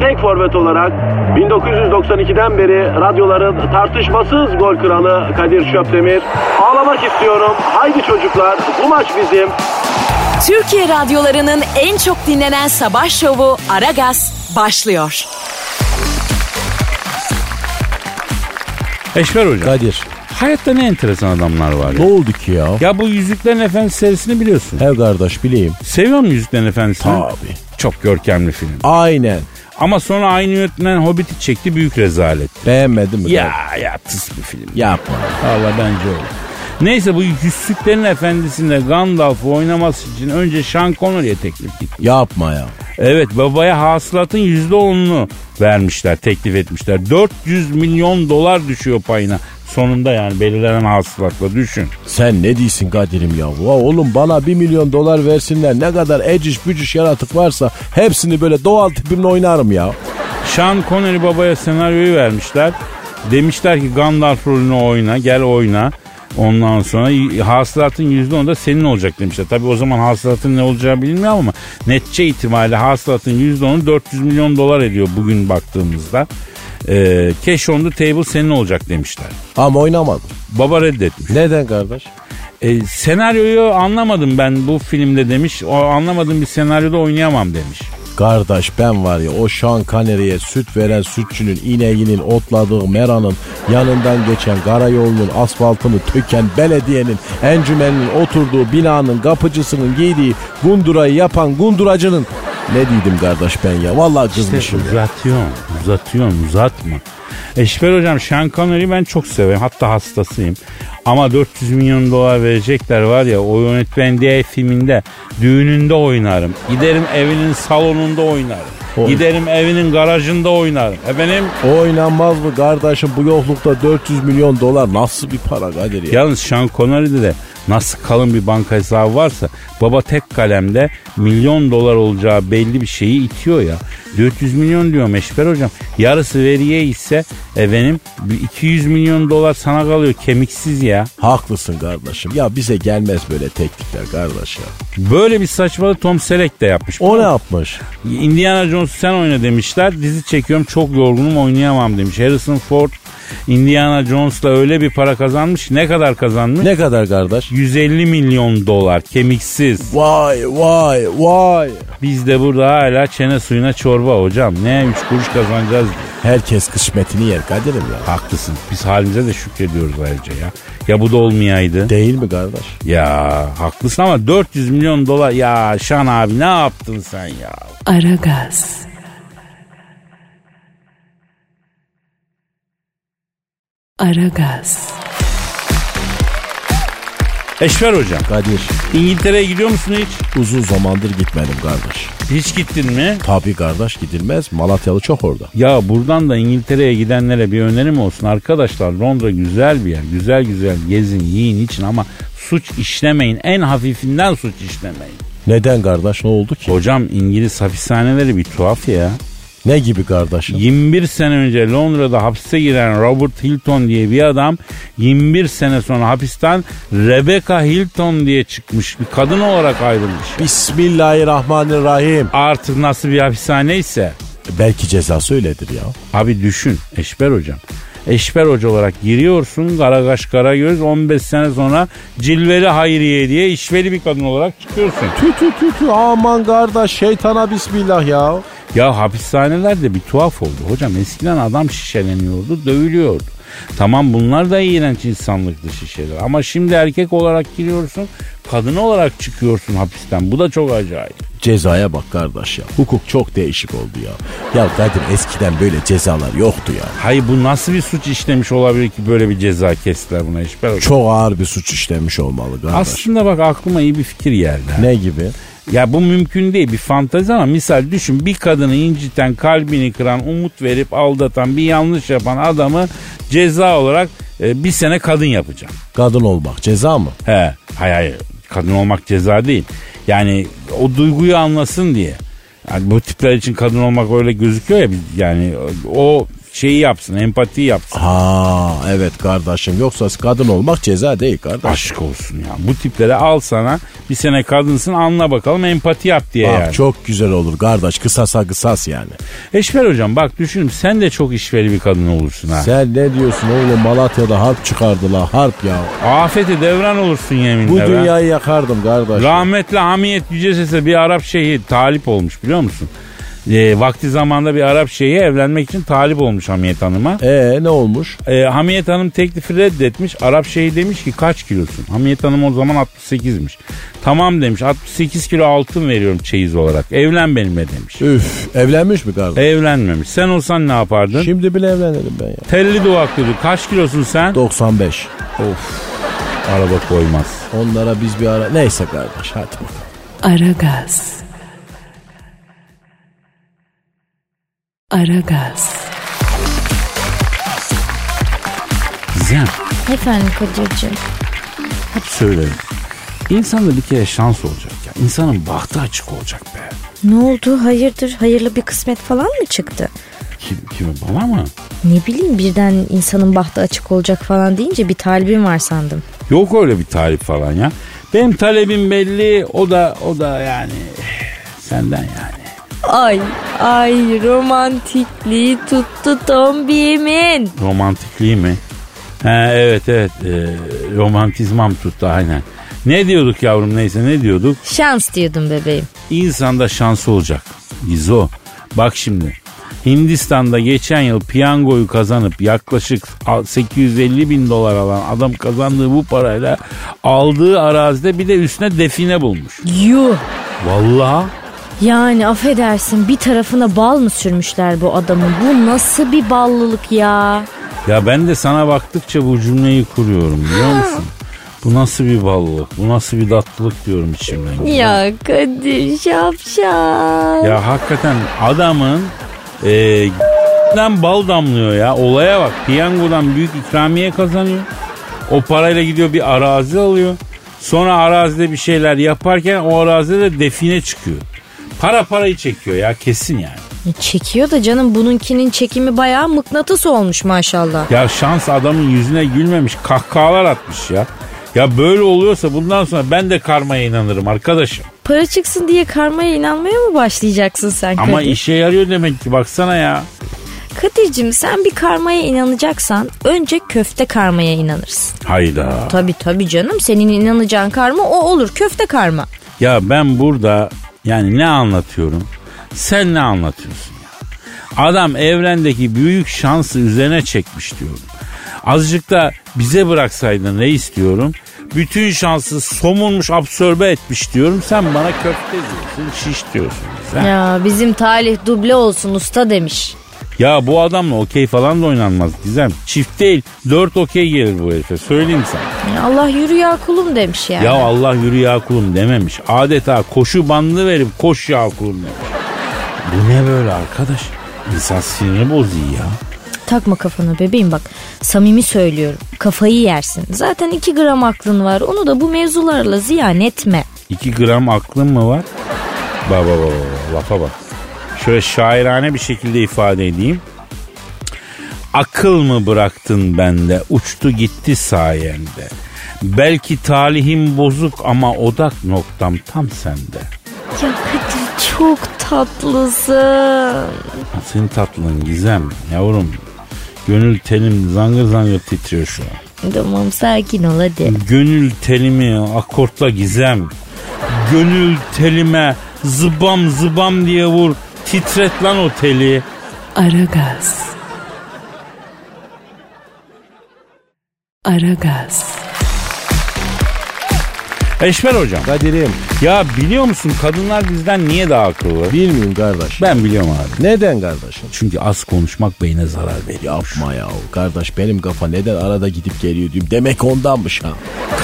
tek forvet olarak 1992'den beri radyoların tartışmasız gol kralı Kadir Şöpdemir. Ağlamak istiyorum. Haydi çocuklar bu maç bizim. Türkiye radyolarının en çok dinlenen sabah şovu Aragaz başlıyor. Eşber Hoca. Kadir. Hayatta ne enteresan adamlar var Ne ya. oldu ki ya? Ya bu Yüzüklerin Efendisi serisini biliyorsun. He kardeş bileyim. Seviyor musun Yüzüklerin Efendisi'ni? Tabii. Çok görkemli film. Aynen. Ama sonra aynı yönetmen Hobbit'i çekti büyük rezalet. Beğenmedin mi? kardeş? Ya ya tıs bir film. Yapma. Valla bence öyle. Neyse bu Yüzüklerin Efendisi'nde Gandalf'ı oynaması için önce Sean Connery'e teklif gitti. Yapma ya. Evet babaya hasılatın %10'unu vermişler, teklif etmişler. 400 milyon dolar düşüyor payına. Sonunda yani belirlenen hasılatla düşün. Sen ne diyorsun Kadir'im ya? Va oğlum bana 1 milyon dolar versinler ne kadar eciş bücüş yaratık varsa hepsini böyle doğal tipimle oynarım ya. Sean Connery babaya senaryoyu vermişler. Demişler ki Gandalf rolünü oyna, gel oyna. Ondan sonra y- hasılatın %10'u da senin olacak demişler. Tabii o zaman hasılatın ne olacağı bilinmiyor ama netçe itibariyle hasılatın %10'u 400 milyon dolar ediyor bugün baktığımızda. Ee, cash on the table senin olacak demişler. Ama oynamadım. Baba reddetmiş. Neden kardeş? E, senaryoyu anlamadım ben bu filmde demiş. O anlamadığım bir senaryoda oynayamam demiş. Kardeş ben var ya o Sean Connery'e süt veren sütçünün ineğinin otladığı meranın yanından geçen karayolunun asfaltını töken belediyenin encümenin oturduğu binanın kapıcısının giydiği gundurayı yapan gunduracının ne diydim kardeş ben ya vallahi kızmışım ya. Uzatıyorsun, uzatıyorsun, uzatma. Eşber hocam Sean Connery'i ben çok severim. Hatta hastasıyım. Ama 400 milyon dolar verecekler var ya o yönetmen diye filminde düğününde oynarım. Giderim evinin salonunda oynarım. Oy. Giderim evinin garajında oynarım. Efendim Oynanmaz mı kardeşim bu yoklukta 400 milyon dolar nasıl bir para Kadir ya? Yalnız Sean Connery'de de nasıl kalın bir banka hesabı varsa baba tek kalemde milyon dolar olacağı belli bir şeyi itiyor ya. 400 milyon diyor Meşber hocam. Yarısı veriye ise e, efendim 200 milyon dolar sana kalıyor kemiksiz ya. Haklısın kardeşim ya bize gelmez böyle teknikler kardeş ya. Böyle bir saçmalığı Tom Selleck de yapmış. O ne yapmış? Indiana Jones sen oyna demişler. Dizi çekiyorum çok yorgunum oynayamam demiş. Harrison Ford Indiana Jones'la öyle bir para kazanmış. Ne kadar kazanmış? Ne kadar kardeş? 150 milyon dolar kemiksiz. Vay vay vay. Biz de burada hala çene suyuna çorba hocam. Ne üç kuruş kazanacağız diye. Herkes kısmetini yer Kadir'im ya. Haklısın. Biz halimize de şükrediyoruz ayrıca ya. Ya bu da olmayaydı. Değil mi kardeş? Ya haklısın ama 400 milyon dolar. Ya Şan abi ne yaptın sen ya? Aragaz. Aragaz. Eşver hocam. Kadir İngiltere'ye gidiyor musun hiç? uzun zamandır gitmedim kardeş. Hiç gittin mi? Tabii kardeş gidilmez. Malatyalı çok orada. Ya buradan da İngiltere'ye gidenlere bir önerim olsun. Arkadaşlar Londra güzel bir yer. Güzel güzel gezin, yiyin, için ama suç işlemeyin. En hafifinden suç işlemeyin. Neden kardeş ne oldu ki? Hocam İngiliz hapishaneleri bir tuhaf ya. Ne gibi kardeşim? 21 sene önce Londra'da hapse giren Robert Hilton diye bir adam 21 sene sonra hapisten Rebecca Hilton diye çıkmış. Bir kadın olarak ayrılmış. Bismillahirrahmanirrahim. Artık nasıl bir hapishaneyse. Belki cezası öyledir ya. Abi düşün Eşber hocam. Eşber hoca olarak giriyorsun Karagaş Karagöz 15 sene sonra Cilveli Hayriye diye işveli bir kadın olarak çıkıyorsun. Tü tü tü tü aman kardeş şeytana bismillah ya. Ya hapishanelerde bir tuhaf oldu. Hocam eskiden adam şişeleniyordu, dövülüyordu. Tamam bunlar da iğrenç insanlıktı şişeler. Ama şimdi erkek olarak giriyorsun, kadın olarak çıkıyorsun hapisten. Bu da çok acayip. Cezaya bak kardeş ya. Hukuk çok değişik oldu ya. Ya Kadir eskiden böyle cezalar yoktu ya. Hayır bu nasıl bir suç işlemiş olabilir ki böyle bir ceza kestiler buna hiç. Ben- Çok ağır bir suç işlemiş olmalı kardeş. Aslında bak aklıma iyi bir fikir geldi. ha. ne gibi? Ya bu mümkün değil bir fantezi ama misal düşün bir kadını inciten, kalbini kıran, umut verip aldatan, bir yanlış yapan adamı ceza olarak e, bir sene kadın yapacağım. Kadın olmak ceza mı? He, hayır hayır kadın olmak ceza değil. Yani o duyguyu anlasın diye. Yani bu tipler için kadın olmak öyle gözüküyor ya yani o şeyi yapsın, empatiyi yapsın. Ha evet kardeşim yoksa kadın olmak ceza değil kardeş. Aşk olsun ya. Bu tiplere al sana bir sene kadınsın anla bakalım empati yap diye Bak yani. çok güzel olur kardeş kısasa kısas yani. Eşber hocam bak düşünün sen de çok işveri bir kadın olursun ha. Sen ne diyorsun oğlum Malatya'da harp çıkardılar harp ya. Afeti devran olursun yeminle. Bu be. dünyayı yakardım kardeş. Rahmetli Hamiyet Yüce Ses'e bir Arap şeyhi talip olmuş biliyor musun? Ee, vakti zamanda bir Arap şeyhi evlenmek için talip olmuş Hamiyet Hanım'a. Ee ne olmuş? Ee, Hamiyet Hanım teklifi reddetmiş. Arap şeyhi demiş ki kaç kilosun? Hamiyet Hanım o zaman 68'miş. Tamam demiş 68 kilo altın veriyorum çeyiz olarak. Evlen benimle demiş. Üf evlenmiş mi kardeş? Evlenmemiş. Sen olsan ne yapardın? Şimdi bile evlenirim ben ya. Telli duvaklıydı. Kaç kilosun sen? 95. of. Araba koymaz. Onlara biz bir ara... Neyse kardeş hadi bakalım. Aragaz. Aragaz. Gizem Efendim Kadir'cim. hep söylerim. İnsanda bir kere şans olacak ya. İnsanın bahtı açık olacak be. Ne oldu hayırdır hayırlı bir kısmet falan mı çıktı? Kim, kime bana mı? Ne bileyim birden insanın bahtı açık olacak falan deyince bir talibim var sandım. Yok öyle bir talip falan ya. Benim talebim belli. O da o da yani senden yani. Ay ay romantikliği tuttu tombimin. Romantikliği mi? Ha, evet evet Ee, romantizmam tuttu aynen. Ne diyorduk yavrum neyse ne diyorduk? Şans diyordum bebeğim. İnsanda şansı olacak. Gizo. Bak şimdi. Hindistan'da geçen yıl piyangoyu kazanıp yaklaşık 850 bin dolar alan adam kazandığı bu parayla aldığı arazide bir de üstüne define bulmuş. Yuh. Vallahi Yani affedersin bir tarafına bal mı sürmüşler bu adamın? Bu nasıl bir ballılık ya? ya ben de sana baktıkça bu cümleyi kuruyorum biliyor musun? Bu nasıl bir ballık, bu nasıl bir tatlılık diyorum içimden. Ya Kadir şapşal. Ya hakikaten adamın e, den bal damlıyor ya. Olaya bak. Piyangodan büyük ikramiye kazanıyor. O parayla gidiyor bir arazi alıyor. Sonra arazide bir şeyler yaparken o arazide de define çıkıyor. Para parayı çekiyor ya kesin yani. Çekiyor da canım bununkinin çekimi bayağı mıknatıs olmuş maşallah. Ya şans adamın yüzüne gülmemiş kahkahalar atmış ya. Ya böyle oluyorsa bundan sonra ben de karmaya inanırım arkadaşım. Para çıksın diye karmaya inanmaya mı başlayacaksın sen Ama Kadir? işe yarıyor demek ki baksana ya. Kadir'cim sen bir karmaya inanacaksan önce köfte karmaya inanırsın. Hayda. Tabi tabi canım senin inanacağın karma o olur köfte karma. Ya ben burada yani ne anlatıyorum? Sen ne anlatıyorsun ya? Adam evrendeki büyük şansı üzerine çekmiş diyorum. Azıcık da bize bıraksaydın ne istiyorum? Bütün şansı somulmuş absorbe etmiş diyorum. Sen bana köfte diyorsun, şiş diyorsun. Sen. Ya. Ya bizim talih duble olsun usta demiş. bu adamla okey falan da oynanmaz Gizem. Çift değil, dört okey gelir bu herife. Söyleyeyim sana. Ya Allah yürü ya kulum demiş yani. Ya Allah yürü ya kulum dememiş. Adeta koşu bandı verip koş ya kulum demiş. Bu ne böyle arkadaş? İnsan sinirini bozuyor ya. Takma kafana bebeğim bak samimi söylüyorum kafayı yersin. Zaten 2 gram aklın var onu da bu mevzularla ziyan etme. İki gram aklın mı var? Baba baba baba lafa bak. Şöyle şairane bir şekilde ifade edeyim. Akıl mı bıraktın bende uçtu gitti sayende. Belki talihim bozuk ama odak noktam tam sende. Ya Kadir çok tatlısın. Senin tatlın Gizem yavrum. Gönül telim zangır zangır titriyor şu an. Tamam sakin ol hadi. Gönül telimi akortla gizem. Gönül telime zıbam zıbam diye vur. Titret lan o teli. Aragaz. Aragaz. Eşber hocam. Kadir'im Ya biliyor musun kadınlar bizden niye daha akıllı? bilmiyorum kardeş. Ben biliyorum abi. Neden kardeşim? Çünkü az konuşmak beyne zarar veriyor. Yapma ya kardeş benim kafa neden arada gidip geliyor diyorum. Demek ondanmış ha.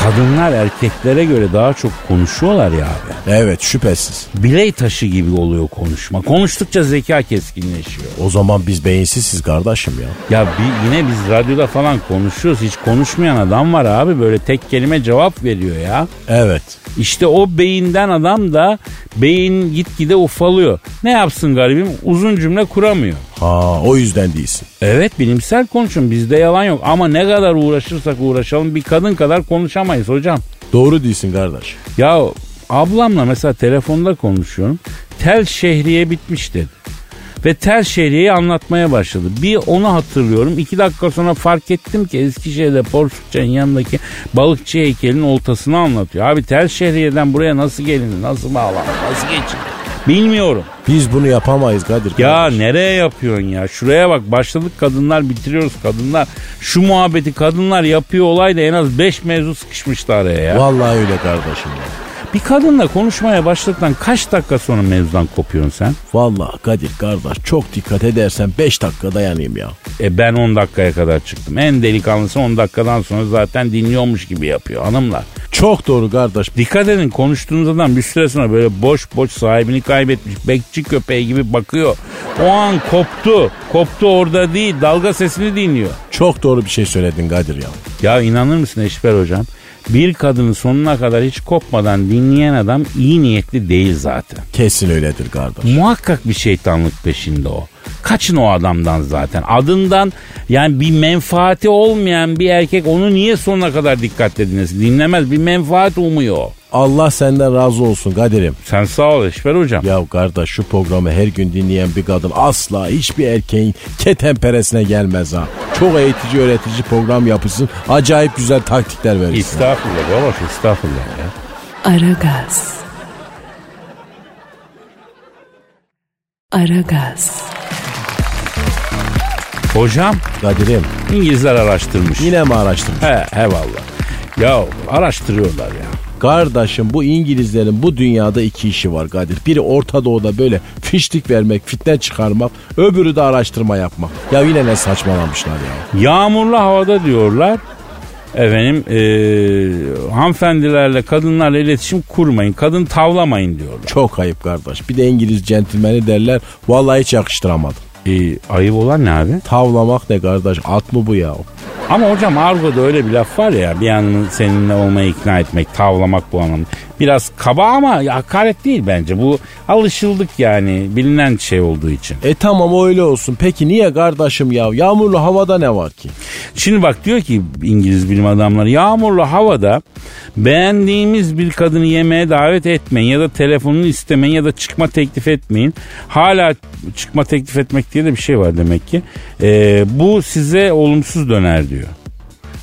Kadınlar erkeklere göre daha çok konuşuyorlar ya abi. Evet şüphesiz. Biley taşı gibi oluyor konuşma. Konuştukça zeka keskinleşiyor. O zaman biz beyinsizsiz kardeşim ya. Ya bi- yine biz radyoda falan konuşuyoruz. Hiç konuşmayan adam var abi. Böyle tek kelime cevap veriyor ya. Evet. İşte o beyinden adam da beyin gitgide ufalıyor. Ne yapsın garibim? Uzun cümle kuramıyor. Ha o yüzden değilsin. Evet bilimsel konuşun bizde yalan yok ama ne kadar uğraşırsak uğraşalım bir kadın kadar konuşamayız hocam. Doğru değilsin kardeş. Ya ablamla mesela telefonda konuşuyorum. Tel şehriye bitmiş dedi. Ve tel şehriyeyi anlatmaya başladı. Bir onu hatırlıyorum. İki dakika sonra fark ettim ki Eskişehir'de Porsukça'nın yanındaki balıkçı heykelinin oltasını anlatıyor. Abi tel şehriyeden buraya nasıl gelindi, nasıl bağlandı, nasıl geçildi bilmiyorum. Biz bunu yapamayız Kadir. Ya kardeş. nereye yapıyorsun ya? Şuraya bak başladık kadınlar bitiriyoruz kadınlar. Şu muhabbeti kadınlar yapıyor olayda en az 5 mevzu sıkışmıştı araya ya. Vallahi öyle kardeşim ya. Bir kadınla konuşmaya başladıktan kaç dakika sonra mevzudan kopuyorsun sen? Vallahi Kadir kardeş çok dikkat edersen 5 dakika dayanayım ya. E ben 10 dakikaya kadar çıktım. En delikanlısı 10 dakikadan sonra zaten dinliyormuş gibi yapıyor hanımlar. Çok doğru kardeş. Dikkat edin konuştuğunuz adam bir süre sonra böyle boş boş sahibini kaybetmiş bekçi köpeği gibi bakıyor. O an koptu. Koptu orada değil dalga sesini dinliyor. Çok doğru bir şey söyledin Kadir ya. Ya inanır mısın Eşber hocam? Bir kadını sonuna kadar hiç kopmadan dinleyen adam iyi niyetli değil zaten. Kesin öyledir kardeş. Muhakkak bir şeytanlık peşinde o. Kaçın o adamdan zaten. Adından yani bir menfaati olmayan bir erkek onu niye sonuna kadar dikkatle dinlesin? Dinlemez bir menfaat umuyor. o. Allah senden razı olsun Kadir'im. Sen sağ ol Eşber hocam. Ya kardeş şu programı her gün dinleyen bir kadın asla hiçbir erkeğin ketenperesine gelmez ha. Çok eğitici öğretici program yapısın. Acayip güzel taktikler verirsin. Estağfurullah baba estağfurullah ya. Aragaz. Aragaz. Hocam Kadir'im İngilizler araştırmış. yine mi araştırdın? He he valla. Ya araştırıyorlar ya. Kardeşim bu İngilizlerin bu dünyada iki işi var Kadir. Biri Orta Doğu'da böyle fişlik vermek, fitne çıkarmak. Öbürü de araştırma yapmak. Ya yine ne saçmalamışlar ya. Yağmurlu havada diyorlar. Efendim eee hanımefendilerle kadınlarla iletişim kurmayın. Kadın tavlamayın diyorlar. Çok ayıp kardeş. Bir de İngiliz centilmeni derler. Vallahi hiç yakıştıramadım. Ee, ayıp olan ne abi? Tavlamak ne kardeş? At mı bu ya? Ama hocam argoda öyle bir laf var ya bir yanını seninle olmayı ikna etmek, tavlamak bu anlamda. Biraz kaba ama hakaret değil bence. Bu alışıldık yani bilinen şey olduğu için. E tamam öyle olsun. Peki niye kardeşim ya? Yağmurlu havada ne var ki? Şimdi bak diyor ki İngiliz bilim adamları yağmurlu havada beğendiğimiz bir kadını yemeğe davet etmeyin ya da telefonunu istemeyin ya da çıkma teklif etmeyin. Hala çıkma teklif etmek diye de bir şey var demek ki. Ee, bu size olumsuz döner diyor.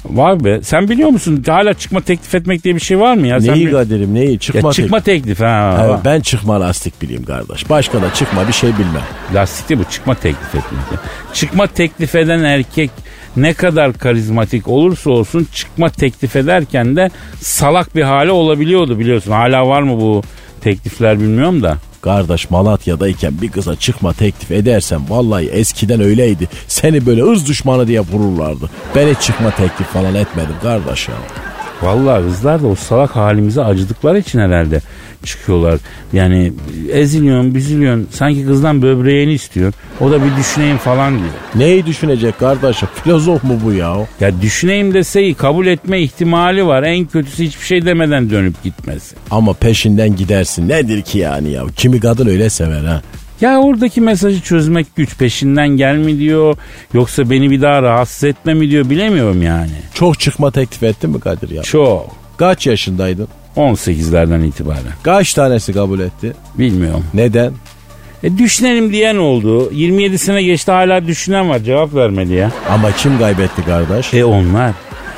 Var be. Sen biliyor musun hala çıkma teklif etmek diye bir şey var mı ya? Sen neyi bil- Kadir'im neyi? Ya Çıkma, çıkma teklif ha. teklif. Var. Ha, ben çıkma lastik bileyim kardeş. Başka da çıkma bir şey bilmem. Lastikte bu çıkma teklif etmek. ya. Çıkma teklif eden erkek ne kadar karizmatik olursa olsun çıkma teklif ederken de salak bir hale olabiliyordu biliyorsun. Hala var mı bu teklifler bilmiyorum da. Kardeş Malatya'dayken bir kıza çıkma teklif edersen vallahi eskiden öyleydi. Seni böyle ırz düşmanı diye vururlardı. Ben hiç çıkma teklif falan etmedim kardeş ya. Vallahi kızlar da o salak halimize acıdıkları için herhalde çıkıyorlar. Yani eziliyorsun, büzülüyorsun. Sanki kızdan böbreğini istiyor. O da bir düşüneyim falan diyor. Neyi düşünecek kardeşim? Filozof mu bu ya? Ya düşüneyim dese iyi, kabul etme ihtimali var. En kötüsü hiçbir şey demeden dönüp gitmesi. Ama peşinden gidersin. Nedir ki yani ya? Kimi kadın öyle sever ha. Ya oradaki mesajı çözmek güç peşinden gel mi diyor yoksa beni bir daha rahatsız etme mi diyor bilemiyorum yani. Çok çıkma teklif ettin mi Kadir ya? Çok. Kaç yaşındaydın? 18'lerden itibaren. Kaç tanesi kabul etti? Bilmiyorum. Neden? E düşünelim diyen oldu. 27'sine geçti hala düşünen var cevap vermedi ya. Ama kim kaybetti kardeş? E onlar.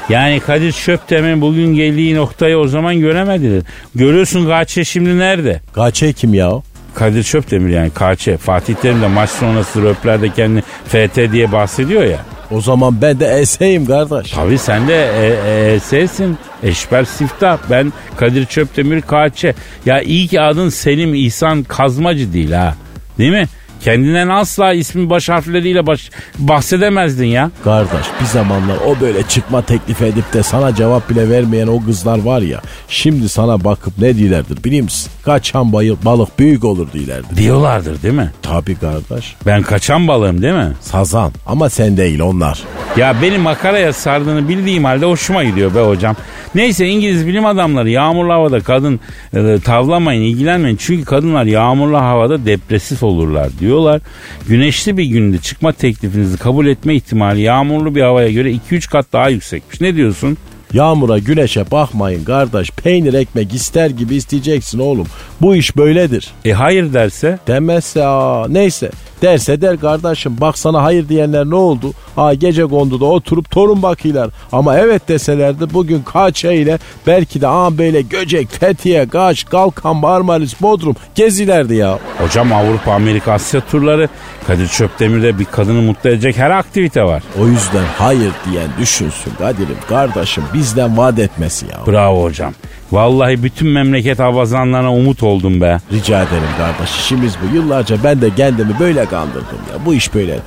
Yani Kadir Şöptem'in bugün geldiği noktayı o zaman göremediler. Görüyorsun Kaçe şimdi nerede? Kaçe kim ya? Kadir Şöpdemir yani Kaçe. Fatih Terim de maç sonrası röplerde kendini FT diye bahsediyor ya. O zaman ben de eseyim kardeş. Tabii sen de e, ES'sin. Eşber Siftah. Ben Kadir Çöptemir Kaçe. Ya iyi ki adın Selim İhsan Kazmacı değil ha. Değil mi? Kendinden asla ismin baş harfleriyle baş, bahsedemezdin ya. Kardeş bir zamanlar o böyle çıkma teklif edip de sana cevap bile vermeyen o kızlar var ya. Şimdi sana bakıp ne dilerdir biliyor musun? Kaçan bayıl, balık büyük olur dilerdir. Diyorlardır değil mi? Tabii kardeş. Ben kaçan balığım değil mi? Sazan ama sen değil onlar. Ya beni makaraya sardığını bildiğim halde hoşuma gidiyor be hocam. Neyse İngiliz bilim adamları yağmurlu havada kadın e, tavlamayın ilgilenmeyin. Çünkü kadınlar yağmurlu havada depresif olurlar diyorlar. Güneşli bir günde çıkma teklifinizi kabul etme ihtimali yağmurlu bir havaya göre 2-3 kat daha yüksekmiş. Ne diyorsun? Yağmura güneşe bakmayın kardeş. Peynir ekmek ister gibi isteyeceksin oğlum. Bu iş böyledir. E hayır derse? Demezse aa neyse. Derse der kardeşim bak sana hayır diyenler ne oldu? Aa gece konduda oturup torun bakıyorlar. Ama evet deselerdi bugün Kaça ile belki de ağabeyle Göcek, Fethiye, Kaş, Kalkan, Marmaris, Bodrum gezilerdi ya. Hocam Avrupa, Amerika, Asya turları Kadir Çöpdemir'de bir kadını mutlu edecek her aktivite var. O yüzden hayır diyen düşünsün Kadir'im kardeşim bizden vaat etmesi ya. Bravo hocam. Vallahi bütün memleket avazanlarına umut oldum be. Rica ederim kardeş işimiz bu. Yıllarca ben de kendimi böyle kandırdım ya. Bu iş böyledir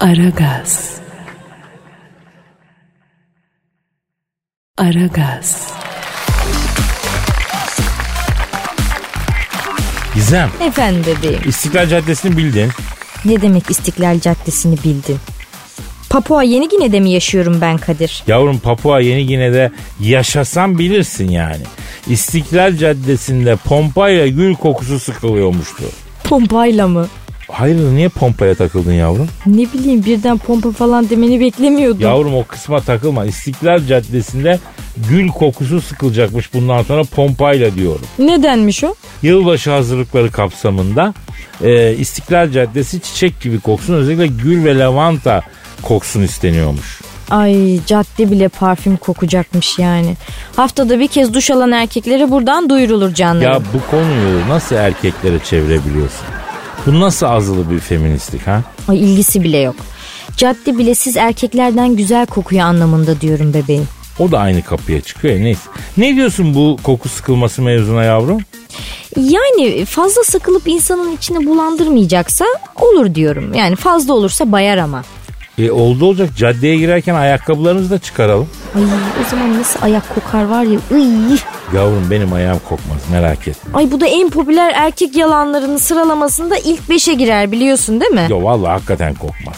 ya. Aragaz. Aragaz. Gizem, Efendim bebeğim. İstiklal Caddesi'ni bildin. Ne demek İstiklal Caddesi'ni bildin? Papua Yeni Gine'de mi yaşıyorum ben Kadir? Yavrum Papua Yeni Gine'de yaşasan bilirsin yani. İstiklal Caddesi'nde pompayla gül kokusu sıkılıyormuştu. Pompayla mı? Hayırdır niye pompaya takıldın yavrum? Ne bileyim birden pompa falan demeni beklemiyordum. Yavrum o kısma takılma. İstiklal Caddesi'nde gül kokusu sıkılacakmış bundan sonra pompayla diyorum. Nedenmiş o? Yılbaşı hazırlıkları kapsamında e, İstiklal Caddesi çiçek gibi koksun. Özellikle gül ve lavanta koksun isteniyormuş. Ay cadde bile parfüm kokacakmış yani. Haftada bir kez duş alan erkeklere buradan duyurulur canlarım. Ya bu konuyu nasıl erkeklere çevirebiliyorsun? Bu nasıl azılı bir feministlik ha? Ay ilgisi bile yok. Cadde bile siz erkeklerden güzel kokuyor anlamında diyorum bebeğim. O da aynı kapıya çıkıyor ya, neyse. Ne diyorsun bu koku sıkılması mevzuna yavrum? Yani fazla sıkılıp insanın içini bulandırmayacaksa olur diyorum. Yani fazla olursa bayar ama. E oldu olacak caddeye girerken ayakkabılarınızı da çıkaralım. Ay o zaman nasıl ayak kokar var ya. Iy. Yavrum benim ayağım kokmaz merak etme. Ay bu da en popüler erkek yalanlarının sıralamasında ilk beşe girer biliyorsun değil mi? Yo vallahi hakikaten kokmaz.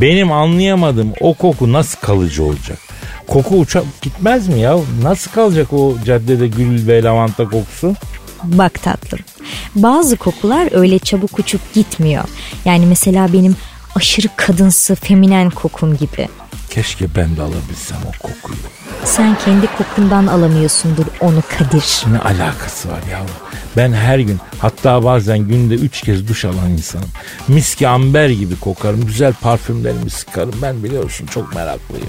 Benim anlayamadığım o koku nasıl kalıcı olacak? Koku uçak gitmez mi ya? Nasıl kalacak o caddede gül ve lavanta kokusu? Bak tatlım. Bazı kokular öyle çabuk uçup gitmiyor. Yani mesela benim aşırı kadınsı feminen kokum gibi. Keşke ben de alabilsem o kokuyu. Sen kendi kokundan alamıyorsundur onu Kadir. Ne alakası var yavrum? Ben her gün hatta bazen günde üç kez duş alan insanım. Miski amber gibi kokarım. Güzel parfümlerimi sıkarım. Ben biliyorsun çok meraklıyım.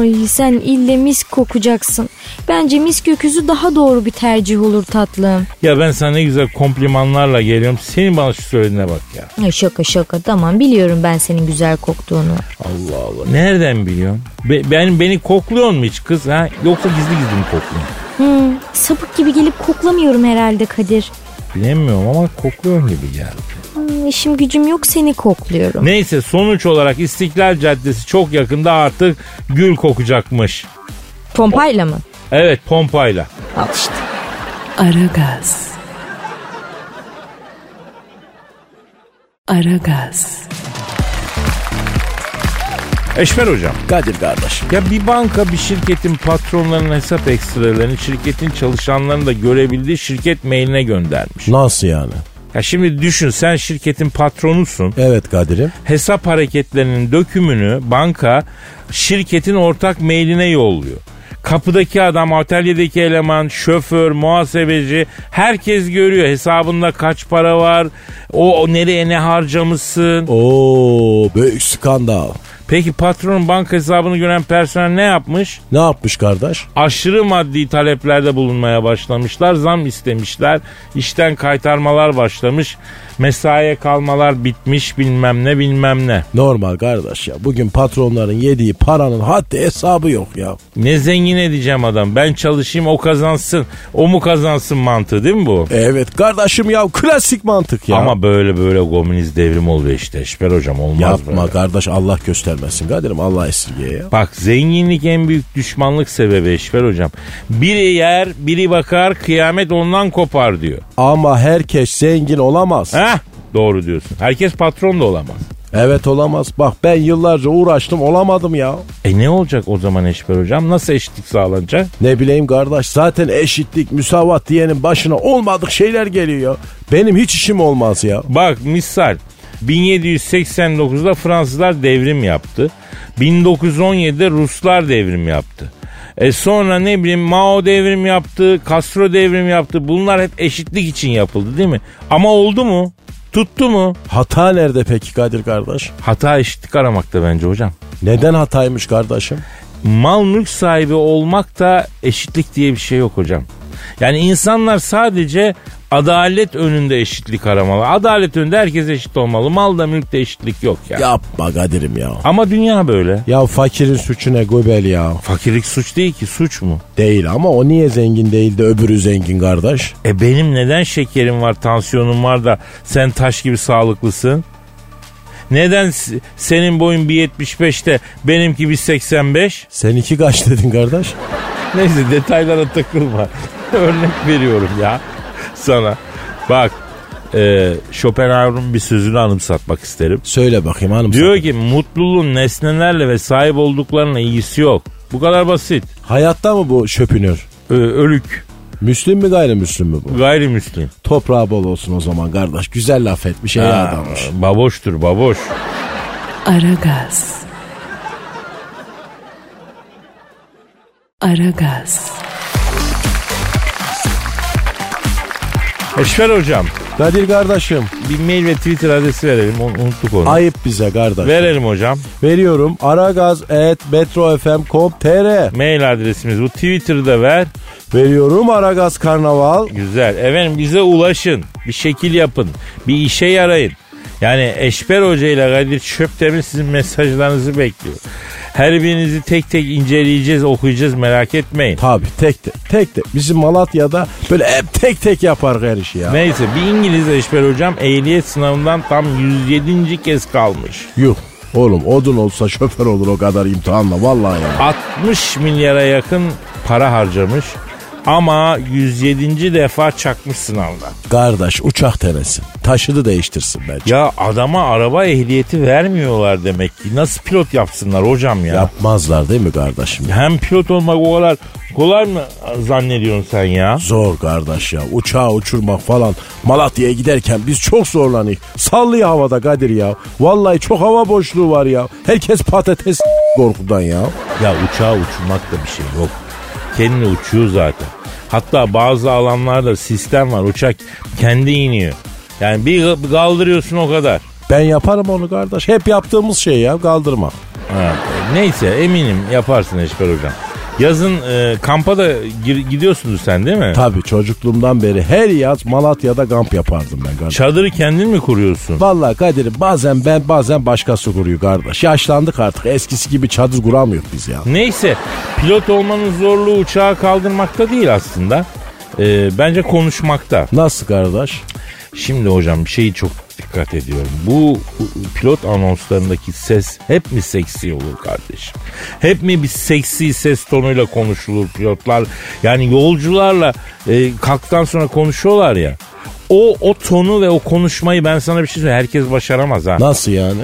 Ay sen ille mis kokacaksın. Bence mis göküzü daha doğru bir tercih olur tatlım. Ya ben sana ne güzel komplimanlarla geliyorum. Senin bana şu söylediğine bak ya. Ay şaka şaka tamam biliyorum ben senin güzel koktuğunu. Allah Allah. Nereden biliyorsun? Be- ben, beni kokluyor mu hiç kız ha? Yoksa gizli gizli mi kokluyorsun? Hmm, sapık gibi gelip koklamıyorum herhalde Kadir. Bilemiyorum ama kokluyorsun gibi geldi. Hmm, işim gücüm yok seni kokluyorum. Neyse sonuç olarak İstiklal Caddesi çok yakında artık gül kokacakmış. Pompayla mı? Evet pompayla. Al işte. Aragaz. Aragaz. Eşmer hocam. Kadir kardeş. Ya bir banka bir şirketin patronlarının hesap ekstrelerini şirketin çalışanlarının da görebildiği şirket mailine göndermiş. Nasıl yani? Ya şimdi düşün sen şirketin patronusun. Evet Kadir'im. Hesap hareketlerinin dökümünü banka şirketin ortak mailine yolluyor. Kapıdaki adam, atölyedeki eleman, şoför, muhasebeci herkes görüyor hesabında kaç para var, o, o nereye ne harcamışsın. Oo büyük skandal. Peki patronun banka hesabını gören personel ne yapmış? Ne yapmış kardeş? aşırı maddi taleplerde bulunmaya başlamışlar. Zam istemişler. işten kaytarmalar başlamış. Mesaiye kalmalar bitmiş bilmem ne bilmem ne. Normal kardeş ya. Bugün patronların yediği paranın haddi hesabı yok ya. Ne zengin edeceğim adam. Ben çalışayım o kazansın. O mu kazansın mantığı değil mi bu? Evet kardeşim ya klasik mantık ya. Ama böyle böyle komünist devrim oluyor işte. Şüper hocam olmaz Yapma böyle. kardeş Allah göstermesin Kadir'im Allah esirgeye ya. Bak zenginlik en büyük düşmanlık sebebi Eşber hocam. Biri yer, biri bakar, kıyamet ondan kopar diyor. Ama herkes zengin olamaz. Heh, doğru diyorsun. Herkes patron da olamaz. Evet olamaz. Bak ben yıllarca uğraştım olamadım ya. E ne olacak o zaman Eşber hocam? Nasıl eşitlik sağlanacak? Ne bileyim kardeş zaten eşitlik, müsavat diyenin başına olmadık şeyler geliyor ya. Benim hiç işim olmaz ya. Bak misal 1789'da Fransızlar devrim yaptı. 1917'de Ruslar devrim yaptı. E sonra ne bileyim Mao devrim yaptı, Castro devrim yaptı. Bunlar hep eşitlik için yapıldı değil mi? Ama oldu mu? Tuttu mu? Hata nerede peki Kadir kardeş? Hata eşitlik aramakta bence hocam. Neden hataymış kardeşim? Mal mülk sahibi olmak da eşitlik diye bir şey yok hocam. Yani insanlar sadece adalet önünde eşitlik aramalı. Adalet önünde herkes eşit olmalı. Malda mülkte eşitlik yok ya. Yapma Kadir'im ya. Ama dünya böyle. Ya fakirin suçu ne Göbel ya? Fakirlik suç değil ki suç mu? Değil ama o niye zengin değil de öbürü zengin kardeş? E benim neden şekerim var, tansiyonum var da sen taş gibi sağlıklısın? Neden s- senin boyun 1.75'te benimki 1.85? Sen iki kaç dedin kardeş? Neyse detaylara takılma. Örnek veriyorum ya sana. Bak e, Schopenhauer'un bir sözünü anımsatmak isterim. Söyle bakayım hanım. Diyor ki mutluluğun nesnelerle ve sahip olduklarına ilgisi yok. Bu kadar basit. Hayatta mı bu şöpünür? Ö- ölük, Müslüm mü gayrimüslim mi bu? gayrimüslim. Toprağı bol olsun o zaman kardeş. Güzel laf etmiş iyi adammış. Baboştur baboş. Aragaz. Aragaz. Eşver hocam Kadir kardeşim bir mail ve Twitter adresi verelim onu unuttuk onu. ayıp bize kardeş. Verelim hocam. Veriyorum aragaz.metrofm.com.tr Mail adresimiz bu. Twitter'da ver. Veriyorum Aragaz Karnaval. Güzel. Efendim bize ulaşın. Bir şekil yapın. Bir işe yarayın. Yani Eşber Hoca ile Kadir Çöptemir sizin mesajlarınızı bekliyor. Her birinizi tek tek inceleyeceğiz, okuyacağız merak etmeyin. Tabi tek tek tek tek. Bizim Malatya'da böyle hep tek tek yapar her işi ya. Neyse bir İngiliz Eşber Hocam ehliyet sınavından tam 107. kez kalmış. Yuh. Oğlum odun olsa şoför olur o kadar imtihanla vallahi ya. 60 milyara yakın para harcamış ama 107. defa çakmış sınavda. Kardeş uçak denesin. Taşını değiştirsin bence. Ya adama araba ehliyeti vermiyorlar demek ki. Nasıl pilot yapsınlar hocam ya? Yapmazlar değil mi kardeşim? Hem pilot olmak o kadar kolay mı zannediyorsun sen ya? Zor kardeş ya. Uçağı uçurmak falan. Malatya'ya giderken biz çok zorlanıyoruz. Sallıyor havada Kadir ya. Vallahi çok hava boşluğu var ya. Herkes patates korkudan ya. Ya uçağa uçurmak da bir şey yok. Kendini uçuyor zaten. Hatta bazı alanlarda sistem var. Uçak kendi iniyor. Yani bir kaldırıyorsun o kadar. Ben yaparım onu kardeş. Hep yaptığımız şey ya kaldırma. Ha, neyse eminim yaparsın Eşber Hocam. Yazın e, kampa da gir- gidiyorsunuz sen değil mi? Tabii çocukluğumdan beri her yaz Malatya'da kamp yapardım ben kardeş. Çadırı kendin mi kuruyorsun? Vallahi Kadir bazen ben bazen başkası kuruyor kardeş. Yaşlandık artık. Eskisi gibi çadır kuramıyoruz biz ya. Neyse pilot olmanın zorluğu uçağı kaldırmakta değil aslında. E, bence konuşmakta. Nasıl kardeş? Şimdi hocam bir şeyi çok dikkat ediyorum. Bu pilot anonslarındaki ses hep mi seksi olur kardeşim? Hep mi bir seksi ses tonuyla konuşulur pilotlar? Yani yolcularla e, kalktan sonra konuşuyorlar ya. O o tonu ve o konuşmayı ben sana bir şey söyleyeyim. Herkes başaramaz ha. Nasıl yani?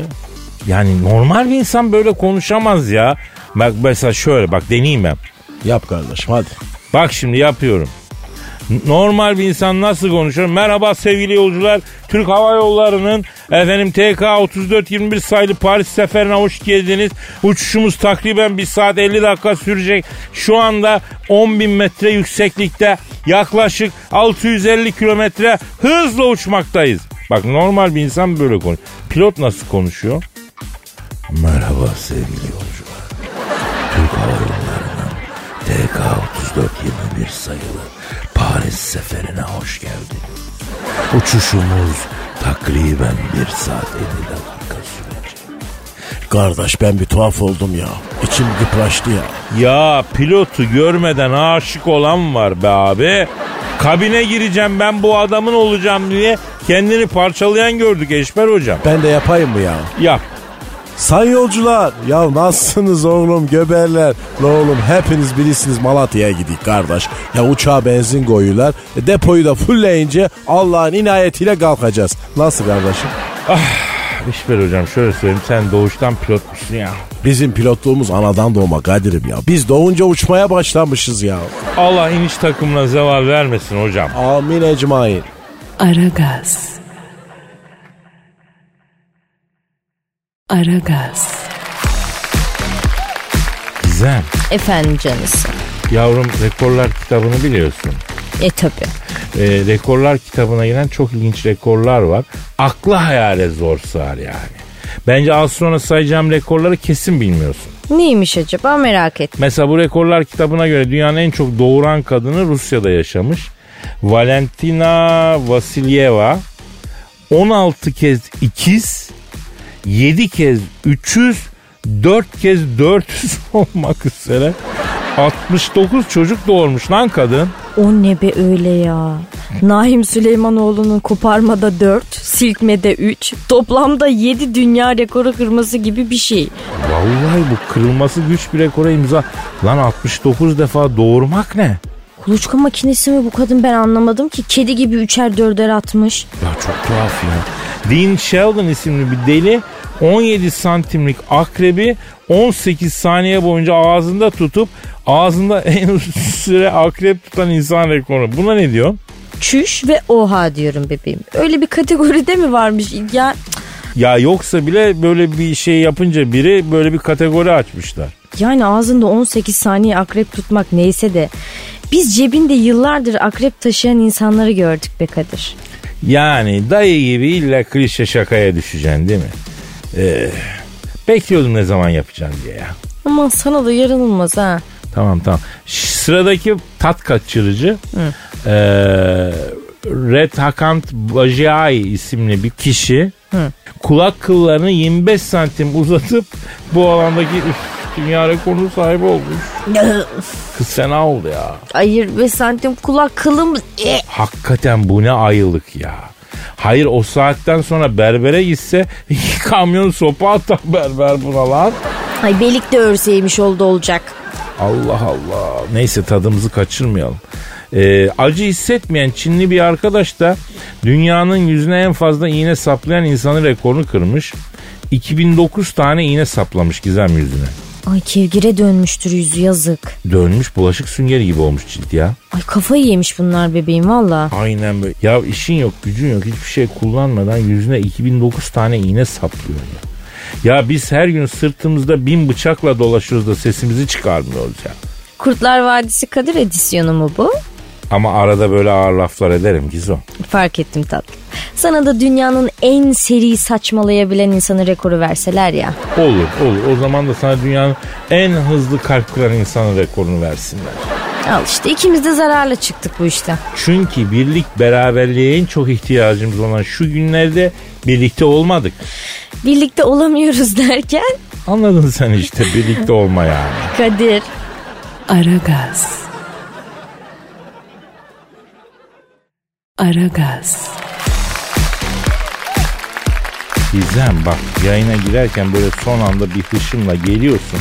Yani normal bir insan böyle konuşamaz ya. Bak mesela şöyle bak deneyeyim ben. Yap kardeş hadi. Bak şimdi yapıyorum. N- Normal bir insan nasıl konuşuyor? Merhaba sevgili yolcular. Türk Hava Yolları'nın efendim TK 3421 sayılı Paris seferine hoş geldiniz. Uçuşumuz takriben 1 saat 50 dakika sürecek. Şu anda 10 bin metre yükseklikte yaklaşık 650 kilometre hızla uçmaktayız. Bak normal bir insan böyle konuşuyor. Pilot nasıl konuşuyor? Merhaba sevgili yolcular. Türk Hava Yolları'nın TK 3421 sayılı Paris seferine hoş geldiniz. Uçuşumuz Takriben bir saat 50 dakika sürecek. Kardeş ben bir tuhaf oldum ya. İçim gıpraştı ya. Ya pilotu görmeden aşık olan var be abi. Kabine gireceğim ben bu adamın olacağım diye kendini parçalayan gördük Eşber hocam. Ben de yapayım mı ya? Yap. Sayın yolcular. Ya nasılsınız oğlum göberler? La oğlum hepiniz bilirsiniz Malatya'ya gidik kardeş. Ya uçağa benzin koyuyorlar. E, depoyu da fullleyince Allah'ın inayetiyle kalkacağız. Nasıl kardeşim? Eşber hocam şöyle söyleyeyim sen doğuştan pilotmuşsun ya. Bizim pilotluğumuz anadan doğma Kadir'im ya. Biz doğunca uçmaya başlamışız ya. Allah iniş takımına zeval vermesin hocam. Amin ecmain. Aragaz. Aragaz. Gizem Efendim canısı. yavrum rekorlar kitabını biliyorsun. E tabi. Ee, rekorlar kitabına giren çok ilginç rekorlar var. Aklı hayale zor sığar yani. Bence az sonra sayacağım rekorları kesin bilmiyorsun. Neymiş acaba merak ettim. Mesela bu rekorlar kitabına göre dünyanın en çok doğuran kadını Rusya'da yaşamış. Valentina Vasilyeva 16 kez ikiz, 7 kez 300, 4 kez 400 olmak üzere 69 çocuk doğurmuş lan kadın. O ne be öyle ya. Naim Süleymanoğlu'nun koparmada 4, silkmede 3, toplamda 7 dünya rekoru kırması gibi bir şey. Vallahi bu kırılması güç bir rekora imza. Lan 69 defa doğurmak ne? Kuluçka makinesi mi bu kadın ben anlamadım ki. Kedi gibi üçer dörder atmış. Ya çok tuhaf ya. Dean Sheldon isimli bir deli 17 santimlik akrebi 18 saniye boyunca ağzında tutup ağzında en uzun süre akrep tutan insan rekoru. Buna ne diyor? Çüş ve oha diyorum bebeğim. Öyle bir kategoride mi varmış? Ya Ya yoksa bile böyle bir şey yapınca biri böyle bir kategori açmışlar. Yani ağzında 18 saniye akrep tutmak neyse de biz cebinde yıllardır akrep taşıyan insanları gördük be Kadir. Yani dayı gibi illa klişe şakaya düşeceksin değil mi? Ee, bekliyordum ne zaman yapacaksın diye ya. Aman sana da yarılmaz ha. Tamam tamam. Ş- Sıradaki tat kaçırıcı eee, Red Hakant Bajiai isimli bir kişi kulak kıllarını 25 santim uzatıp bu alandaki üf, dünya rekorunun sahibi olmuş. Kız fena oldu ya. Hayır ve santim kulak kılım. Eh, Hakikaten bu ne ayılık ya. Hayır o saatten sonra berbere gitse iki kamyon sopa atar berber buna lan. Ay belik de örseymiş oldu olacak. Allah Allah. Neyse tadımızı kaçırmayalım. Ee, acı hissetmeyen Çinli bir arkadaş da dünyanın yüzüne en fazla iğne saplayan insanın rekorunu kırmış. 2009 tane iğne saplamış gizem yüzüne. Ay kevgire dönmüştür yüzü yazık. Dönmüş bulaşık süngeri gibi olmuş cilt ya. Ay kafayı yemiş bunlar bebeğim valla. Aynen böyle. Ya işin yok gücün yok hiçbir şey kullanmadan yüzüne 2009 tane iğne saplıyor ya. Ya biz her gün sırtımızda bin bıçakla dolaşıyoruz da sesimizi çıkarmıyoruz ya. Kurtlar Vadisi Kadir edisyonu mu bu? Ama arada böyle ağır laflar ederim Gizo. Fark ettim tatlım. Sana da dünyanın en seri saçmalayabilen insanı rekoru verseler ya. Olur olur. O zaman da sana dünyanın en hızlı kalp kıran insanı rekorunu versinler. Al işte ikimiz de zararla çıktık bu işten. Çünkü birlik beraberliğe en çok ihtiyacımız olan şu günlerde birlikte olmadık. Birlikte olamıyoruz derken Anladın sen işte birlikte olma yani. Kadir Aragaz. Aragaz. Gizem bak yayına girerken böyle son anda bir hışımla geliyorsun.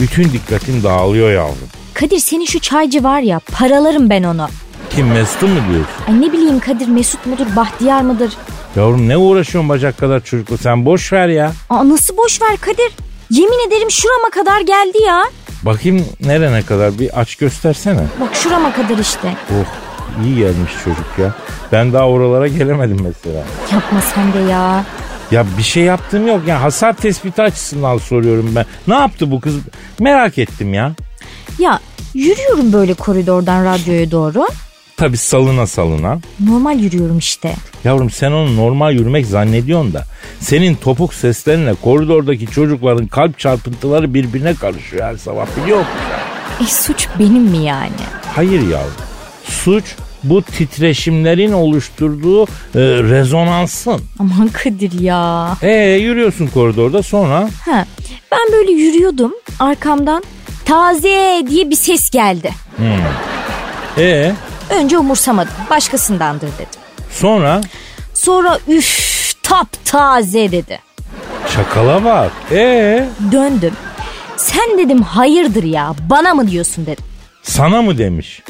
Bütün dikkatin dağılıyor yavrum. Kadir senin şu çaycı var ya paralarım ben ona. Kim Mesut'u mu diyorsun? Ay ne bileyim Kadir Mesut mudur Bahtiyar mıdır? Yavrum ne uğraşıyorsun bacak kadar çocukla sen boş ver ya. Aa nasıl boş ver Kadir? Yemin ederim şurama kadar geldi ya. Bakayım nerene kadar bir aç göstersene. Bak şurama kadar işte. Oh iyi gelmiş çocuk ya. Ben daha oralara gelemedim mesela. Yapma sen de ya. Ya bir şey yaptığım yok. Yani hasar tespiti açısından soruyorum ben. Ne yaptı bu kız? Merak ettim ya. Ya yürüyorum böyle koridordan radyoya doğru. Tabii salına salına. Normal yürüyorum işte. Yavrum sen onu normal yürümek zannediyorsun da. Senin topuk seslerinle koridordaki çocukların kalp çarpıntıları birbirine karışıyor her sabah biliyor musun? E suç benim mi yani? Hayır yavrum. Suç bu titreşimlerin oluşturduğu e, rezonansın. Aman Kadir ya. E yürüyorsun koridorda sonra Ha, ben böyle yürüyordum arkamdan taze diye bir ses geldi. e Önce umursamadım başkasındandır dedim. sonra Sonra üf tap taze dedi. şakala bak. E Döndüm. Sen dedim hayırdır ya bana mı diyorsun dedim. sana mı demiş?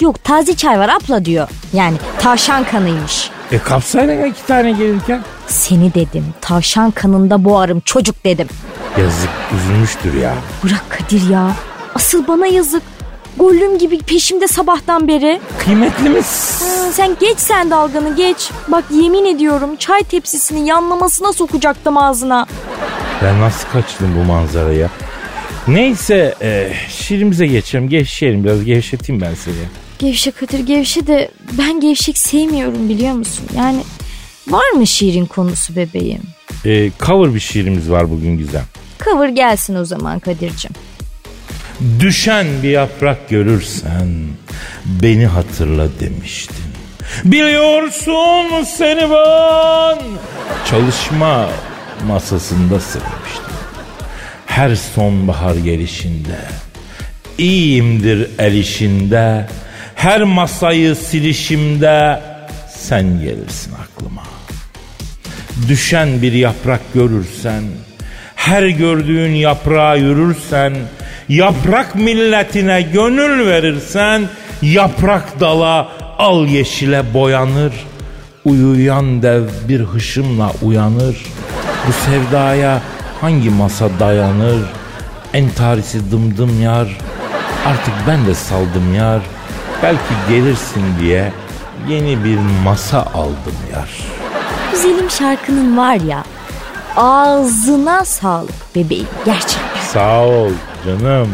Yok taze çay var abla diyor. Yani tavşan kanıymış. E kapsaydın ya iki tane gelirken. Seni dedim tavşan kanında boğarım çocuk dedim. Yazık üzülmüştür ya. Bırak Kadir ya. Asıl bana yazık. Gollüm gibi peşimde sabahtan beri. Kıymetli misin? Hı, Sen geç sen dalganı geç. Bak yemin ediyorum çay tepsisini yanlamasına sokacaktım ağzına. Ben nasıl kaçtım bu manzaraya? Neyse e, şiirimize geçelim. Gevşeyelim biraz gevşeteyim ben seni. Gevşe Kadir gevşe de ben gevşek sevmiyorum biliyor musun? Yani var mı şiirin konusu bebeğim? E, cover bir şiirimiz var bugün Gizem. Kavur gelsin o zaman Kadir'cim. Düşen bir yaprak görürsen beni hatırla demiştin. Biliyorsun seni ben çalışma masasında sevmiştim. Her sonbahar gelişinde iyiyimdir el işinde. Her masayı silişimde sen gelirsin aklıma. Düşen bir yaprak görürsen, her gördüğün yaprağa yürürsen, yaprak milletine gönül verirsen, yaprak dala al yeşile boyanır. Uyuyan dev bir hışımla uyanır. Bu sevdaya hangi masa dayanır? Entarisi dımdım yar. Artık ben de saldım yar. Belki gelirsin diye yeni bir masa aldım yar. Güzelim şarkının var ya ağzına sağlık bebeğim gerçekten. Sağ ol canım.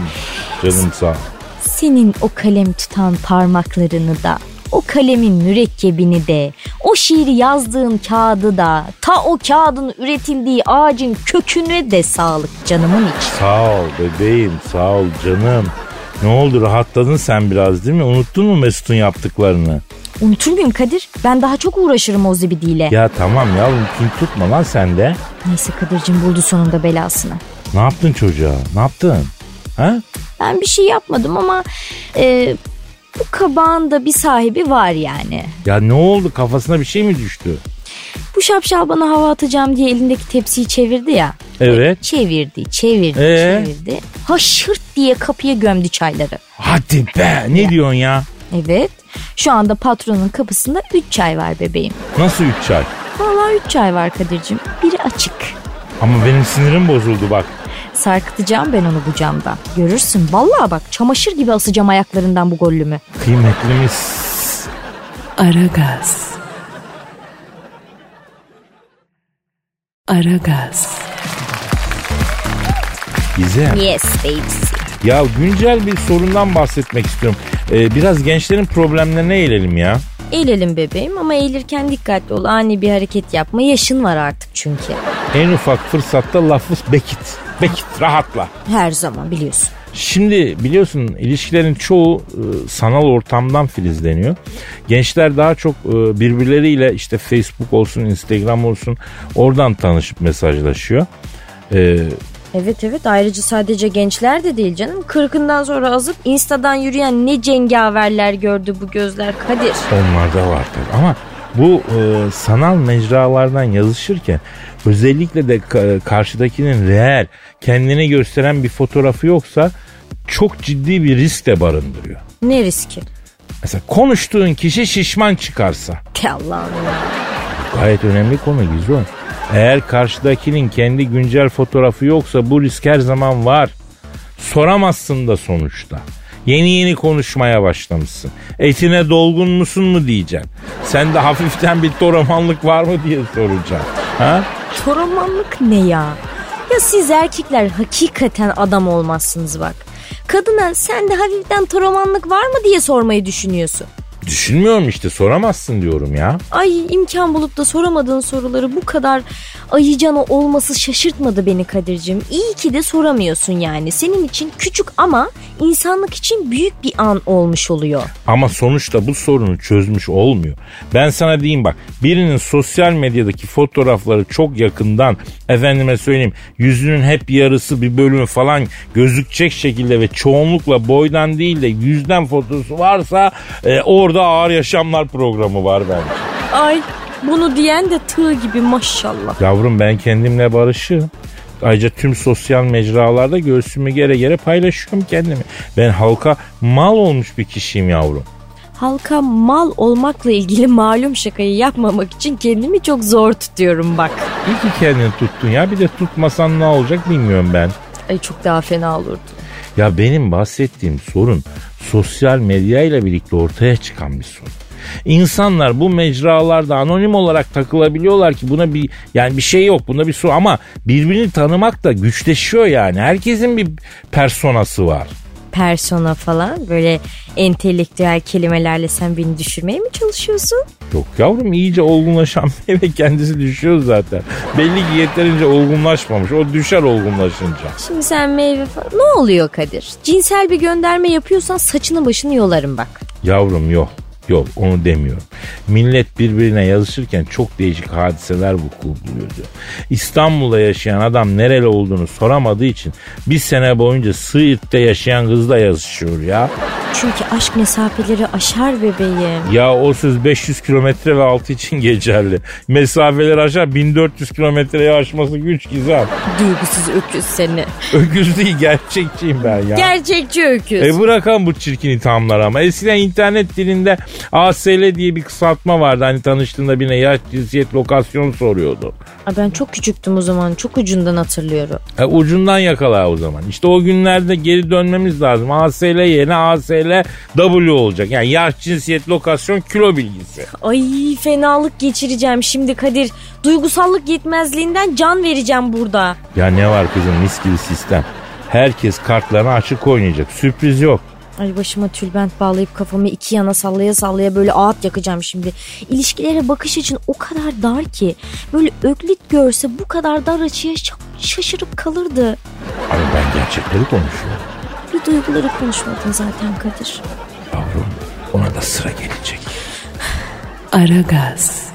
Canım sağ ol. Senin o kalem tutan parmaklarını da o kalemin mürekkebini de o şiiri yazdığın kağıdı da ta o kağıdın üretildiği ağacın köküne de sağlık canımın içi. Sağ ol bebeğim sağ ol canım. Ne oldu rahatladın sen biraz değil mi? Unuttun mu Mesut'un yaptıklarını? Unutur muyum Kadir? Ben daha çok uğraşırım o zibidiyle. Ya tamam yavrum kim tutma lan sen de. Neyse Kadir'cim buldu sonunda belasını. Ne yaptın çocuğa? Ne yaptın? Ha? Ben bir şey yapmadım ama e, bu kabağın da bir sahibi var yani. Ya ne oldu kafasına bir şey mi düştü? Bu şapşal bana hava atacağım diye elindeki tepsiyi çevirdi ya. E, Evet. Çevirdi, çevirdi, Ee? çevirdi. Haşırt diye kapıya gömdü çayları. Hadi be ne diyorsun ya? Evet. Şu anda patronun kapısında 3 çay var bebeğim. Nasıl üç çay? Vallahi 3 çay var Kadir'cim. Biri açık. Ama benim sinirim bozuldu bak. Sarkıtacağım ben onu bu camdan. Görürsün. Vallahi bak çamaşır gibi asacağım ayaklarından bu gollümü. Kıymetlimiz. Aragaz. Aragaz. Gizem. Yes babes. Ya güncel bir sorundan bahsetmek istiyorum. Ee, biraz gençlerin problemlerine eğilelim ya. Eğilelim bebeğim ama eğilirken dikkatli ol. Ani bir hareket yapma. Yaşın var artık çünkü. En ufak fırsatta lafız bekit. Bekit rahatla. Her zaman biliyorsun. Şimdi biliyorsun ilişkilerin çoğu e, sanal ortamdan filizleniyor. Gençler daha çok e, birbirleriyle işte Facebook olsun, Instagram olsun oradan tanışıp mesajlaşıyor. Ee, Evet evet ayrıca sadece gençler de değil canım. Kırkından sonra azıp instadan yürüyen ne cengaverler gördü bu gözler Kadir. Onlarda var tabii ama bu e, sanal mecralardan yazışırken özellikle de ka- karşıdakinin reel kendini gösteren bir fotoğrafı yoksa çok ciddi bir risk de barındırıyor. Ne riski? Mesela konuştuğun kişi şişman çıkarsa Te Allah'ım ya. gayet önemli konu Gizon. Eğer karşıdakinin kendi güncel fotoğrafı yoksa bu risk her zaman var. Soramazsın da sonuçta. Yeni yeni konuşmaya başlamışsın. Etine dolgun musun mu diyeceksin. Sen de hafiften bir toramanlık var mı diye soracaksın. Ha? Toramanlık ne ya? Ya siz erkekler hakikaten adam olmazsınız bak. Kadına sen de hafiften toramanlık var mı diye sormayı düşünüyorsun. Düşünmüyorum işte soramazsın diyorum ya. Ay imkan bulup da soramadığın soruları bu kadar Ayıcan'ı olması şaşırtmadı beni Kadir'cim. İyi ki de soramıyorsun yani. Senin için küçük ama insanlık için büyük bir an olmuş oluyor. Ama sonuçta bu sorunu çözmüş olmuyor. Ben sana diyeyim bak birinin sosyal medyadaki fotoğrafları çok yakından efendime söyleyeyim yüzünün hep yarısı bir bölümü falan gözükecek şekilde ve çoğunlukla boydan değil de yüzden fotosu varsa e, orada ağır yaşamlar programı var bence. Ay bunu diyen de tığ gibi maşallah. Yavrum ben kendimle barışığım. Ayrıca tüm sosyal mecralarda göğsümü gere gere paylaşıyorum kendimi. Ben halka mal olmuş bir kişiyim yavrum. Halka mal olmakla ilgili malum şakayı yapmamak için kendimi çok zor tutuyorum bak. İyi ki kendini tuttun ya. Bir de tutmasan ne olacak bilmiyorum ben. Ay çok daha fena olurdu. Ya benim bahsettiğim sorun sosyal medyayla birlikte ortaya çıkan bir sorun. İnsanlar bu mecralarda anonim olarak takılabiliyorlar ki buna bir yani bir şey yok bunda bir su ama birbirini tanımak da güçleşiyor yani. Herkesin bir personası var. Persona falan böyle entelektüel kelimelerle sen beni düşürmeye mi çalışıyorsun? Yok yavrum iyice olgunlaşan meyve kendisi düşüyor zaten. Belli ki yeterince olgunlaşmamış. O düşer olgunlaşınca. Şimdi sen meyve falan... Ne oluyor Kadir? Cinsel bir gönderme yapıyorsan saçını başını yolarım bak. Yavrum yok. Yok onu demiyorum. Millet birbirine yazışırken çok değişik hadiseler vuku buluyor diyor. İstanbul'da yaşayan adam nereli olduğunu soramadığı için bir sene boyunca Siirt'te yaşayan kızla yazışıyor ya. Çünkü aşk mesafeleri aşar bebeğim. Ya o söz 500 kilometre ve altı için geçerli. Mesafeler aşağı 1400 kilometreye aşması güç gizem. Duygusuz öküz seni. Öküz değil gerçekçiyim ben ya. Gerçekçi öküz. E bırakan bu çirkin ithamlar ama. Eskiden internet dilinde ASL diye bir kısaltma vardı. Hani tanıştığında birine yaş, cinsiyet, lokasyon soruyordu. Ay ben çok küçüktüm o zaman. Çok ucundan hatırlıyorum. E ucundan yakala o zaman. İşte o günlerde geri dönmemiz lazım. ASL yerine ASL W olacak. Yani yaş, cinsiyet, lokasyon, kilo bilgisi. Ay fenalık geçireceğim şimdi Kadir. Duygusallık yetmezliğinden can vereceğim burada. Ya ne var kızım mis gibi sistem. Herkes kartlarını açık oynayacak. Sürpriz yok. Ay başıma tülbent bağlayıp kafamı iki yana sallaya sallaya böyle ağat yakacağım şimdi. İlişkilere bakış için o kadar dar ki böyle öklit görse bu kadar dar açıya şa- şaşırıp kalırdı. Ama ben gerçekleri konuşuyorum. Bir duyguları konuşmadın zaten Kadir. Yavrum ona da sıra gelecek. Aragaz.